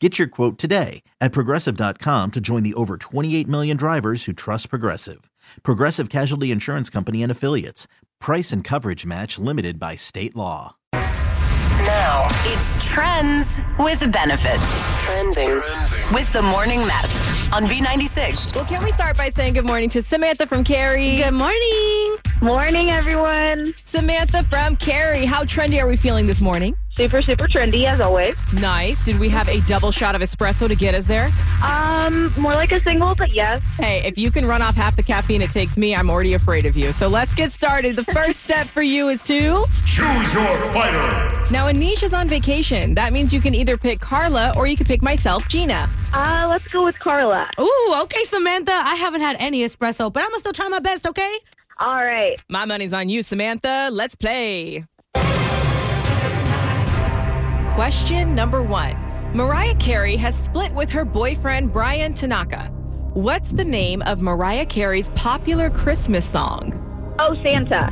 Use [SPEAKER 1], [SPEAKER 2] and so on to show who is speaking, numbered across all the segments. [SPEAKER 1] Get your quote today at progressive.com to join the over 28 million drivers who trust Progressive. Progressive Casualty Insurance Company and Affiliates. Price and coverage match limited by state law.
[SPEAKER 2] Now it's trends with benefits. Trending, with the morning mess on B96.
[SPEAKER 3] Well, can we start by saying good morning to Samantha from Carrie?
[SPEAKER 4] Good morning.
[SPEAKER 5] Morning, everyone.
[SPEAKER 3] Samantha from Carrie. How trendy are we feeling this morning?
[SPEAKER 5] Super, super trendy as always.
[SPEAKER 3] Nice. Did we have a double shot of espresso to get us there?
[SPEAKER 5] Um, more like a single, but yes.
[SPEAKER 3] Hey, if you can run off half the caffeine it takes me, I'm already afraid of you. So let's get started. The first step for you is to.
[SPEAKER 6] Choose your fighter.
[SPEAKER 3] Now, Anish is on vacation. That means you can either pick Carla or you could pick myself, Gina.
[SPEAKER 5] Uh, let's go with Carla.
[SPEAKER 4] Ooh, okay, Samantha. I haven't had any espresso, but I'm gonna still try my best, okay?
[SPEAKER 5] All right.
[SPEAKER 3] My money's on you, Samantha. Let's play. Question number one Mariah Carey has split with her boyfriend, Brian Tanaka. What's the name of Mariah Carey's popular Christmas song?
[SPEAKER 5] Oh, Santa.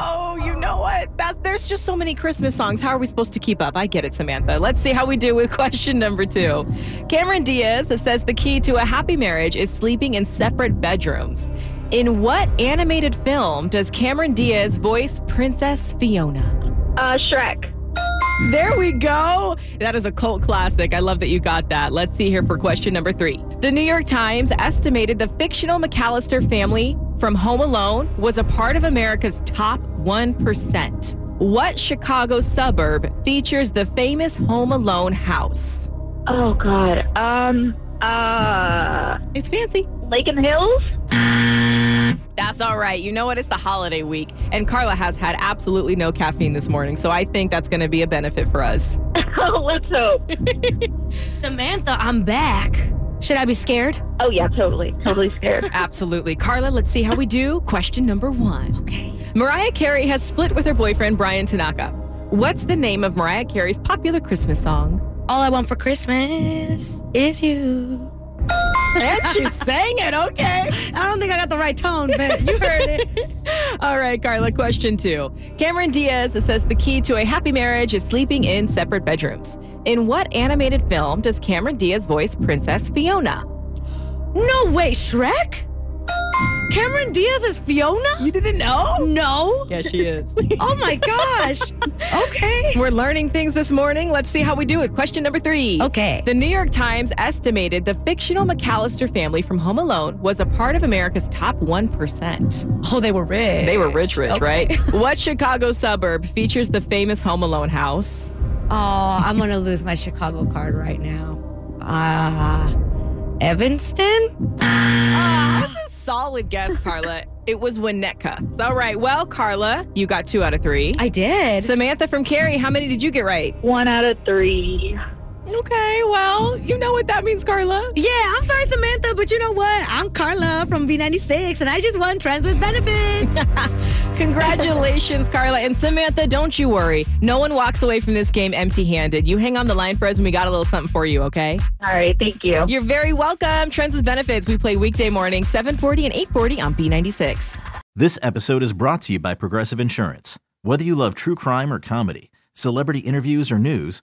[SPEAKER 3] Oh, you know what? That, there's just so many Christmas songs. How are we supposed to keep up? I get it, Samantha. Let's see how we do with question number two. Cameron Diaz says the key to a happy marriage is sleeping in separate bedrooms. In what animated film does Cameron Diaz voice Princess Fiona?
[SPEAKER 5] Uh, Shrek.
[SPEAKER 3] There we go. That is a cult classic. I love that you got that. Let's see here for question number three. The New York Times estimated the fictional McAllister family from Home Alone was a part of America's top 1%. What Chicago suburb features the famous Home Alone house?
[SPEAKER 5] Oh, God. Um, uh,
[SPEAKER 3] It's fancy.
[SPEAKER 5] Lake and Hills?
[SPEAKER 3] That's all right. You know what? It's the holiday week, and Carla has had absolutely no caffeine this morning, so I think that's going to be a benefit for us.
[SPEAKER 5] Oh, let's hope.
[SPEAKER 4] Samantha, I'm back. Should I be scared?
[SPEAKER 5] Oh, yeah, totally. Totally scared.
[SPEAKER 3] Absolutely. Carla, let's see how we do. Question number one.
[SPEAKER 4] Okay.
[SPEAKER 3] Mariah Carey has split with her boyfriend, Brian Tanaka. What's the name of Mariah Carey's popular Christmas song?
[SPEAKER 4] All I want for Christmas is you.
[SPEAKER 3] And she sang it, okay.
[SPEAKER 4] I don't think I got the right tone, but you heard it.
[SPEAKER 3] All right, Carla, question two. Cameron Diaz says the key to a happy marriage is sleeping in separate bedrooms. In what animated film does Cameron Diaz voice Princess Fiona?
[SPEAKER 4] No way, Shrek? Cameron Diaz is Fiona?
[SPEAKER 3] You didn't know?
[SPEAKER 4] No.
[SPEAKER 3] Yes, she is.
[SPEAKER 4] Oh my gosh. Okay.
[SPEAKER 3] We're learning things this morning. Let's see how we do with question number three.
[SPEAKER 4] Okay.
[SPEAKER 3] The New York Times estimated the fictional McAllister family from Home Alone was a part of America's top 1%.
[SPEAKER 4] Oh, they were rich.
[SPEAKER 3] They were rich, rich,
[SPEAKER 4] Okay.
[SPEAKER 3] right? what Chicago suburb features the famous Home Alone house?
[SPEAKER 4] Oh, I'm gonna lose my Chicago card right now. Ah, Evanston.
[SPEAKER 3] Ah, that's a solid guess, Carla. it was Winnetka. All right. Well, Carla, you got two out of three.
[SPEAKER 4] I did.
[SPEAKER 3] Samantha from Cary, how many did you get right?
[SPEAKER 5] One out of three.
[SPEAKER 3] Okay, well, you know what that means, Carla.
[SPEAKER 4] yeah, I'm sorry, Samantha, but you know what? I'm Carla from B96, and I just won Trends with Benefits.
[SPEAKER 3] Congratulations, Carla. And Samantha, don't you worry. No one walks away from this game empty handed. You hang on the line for us, and we got a little something for you, okay?
[SPEAKER 5] All right, thank you.
[SPEAKER 3] You're very welcome. Trends with Benefits. We play weekday morning, 740 and 840 on B96.
[SPEAKER 1] This episode is brought to you by Progressive Insurance. Whether you love true crime or comedy, celebrity interviews or news,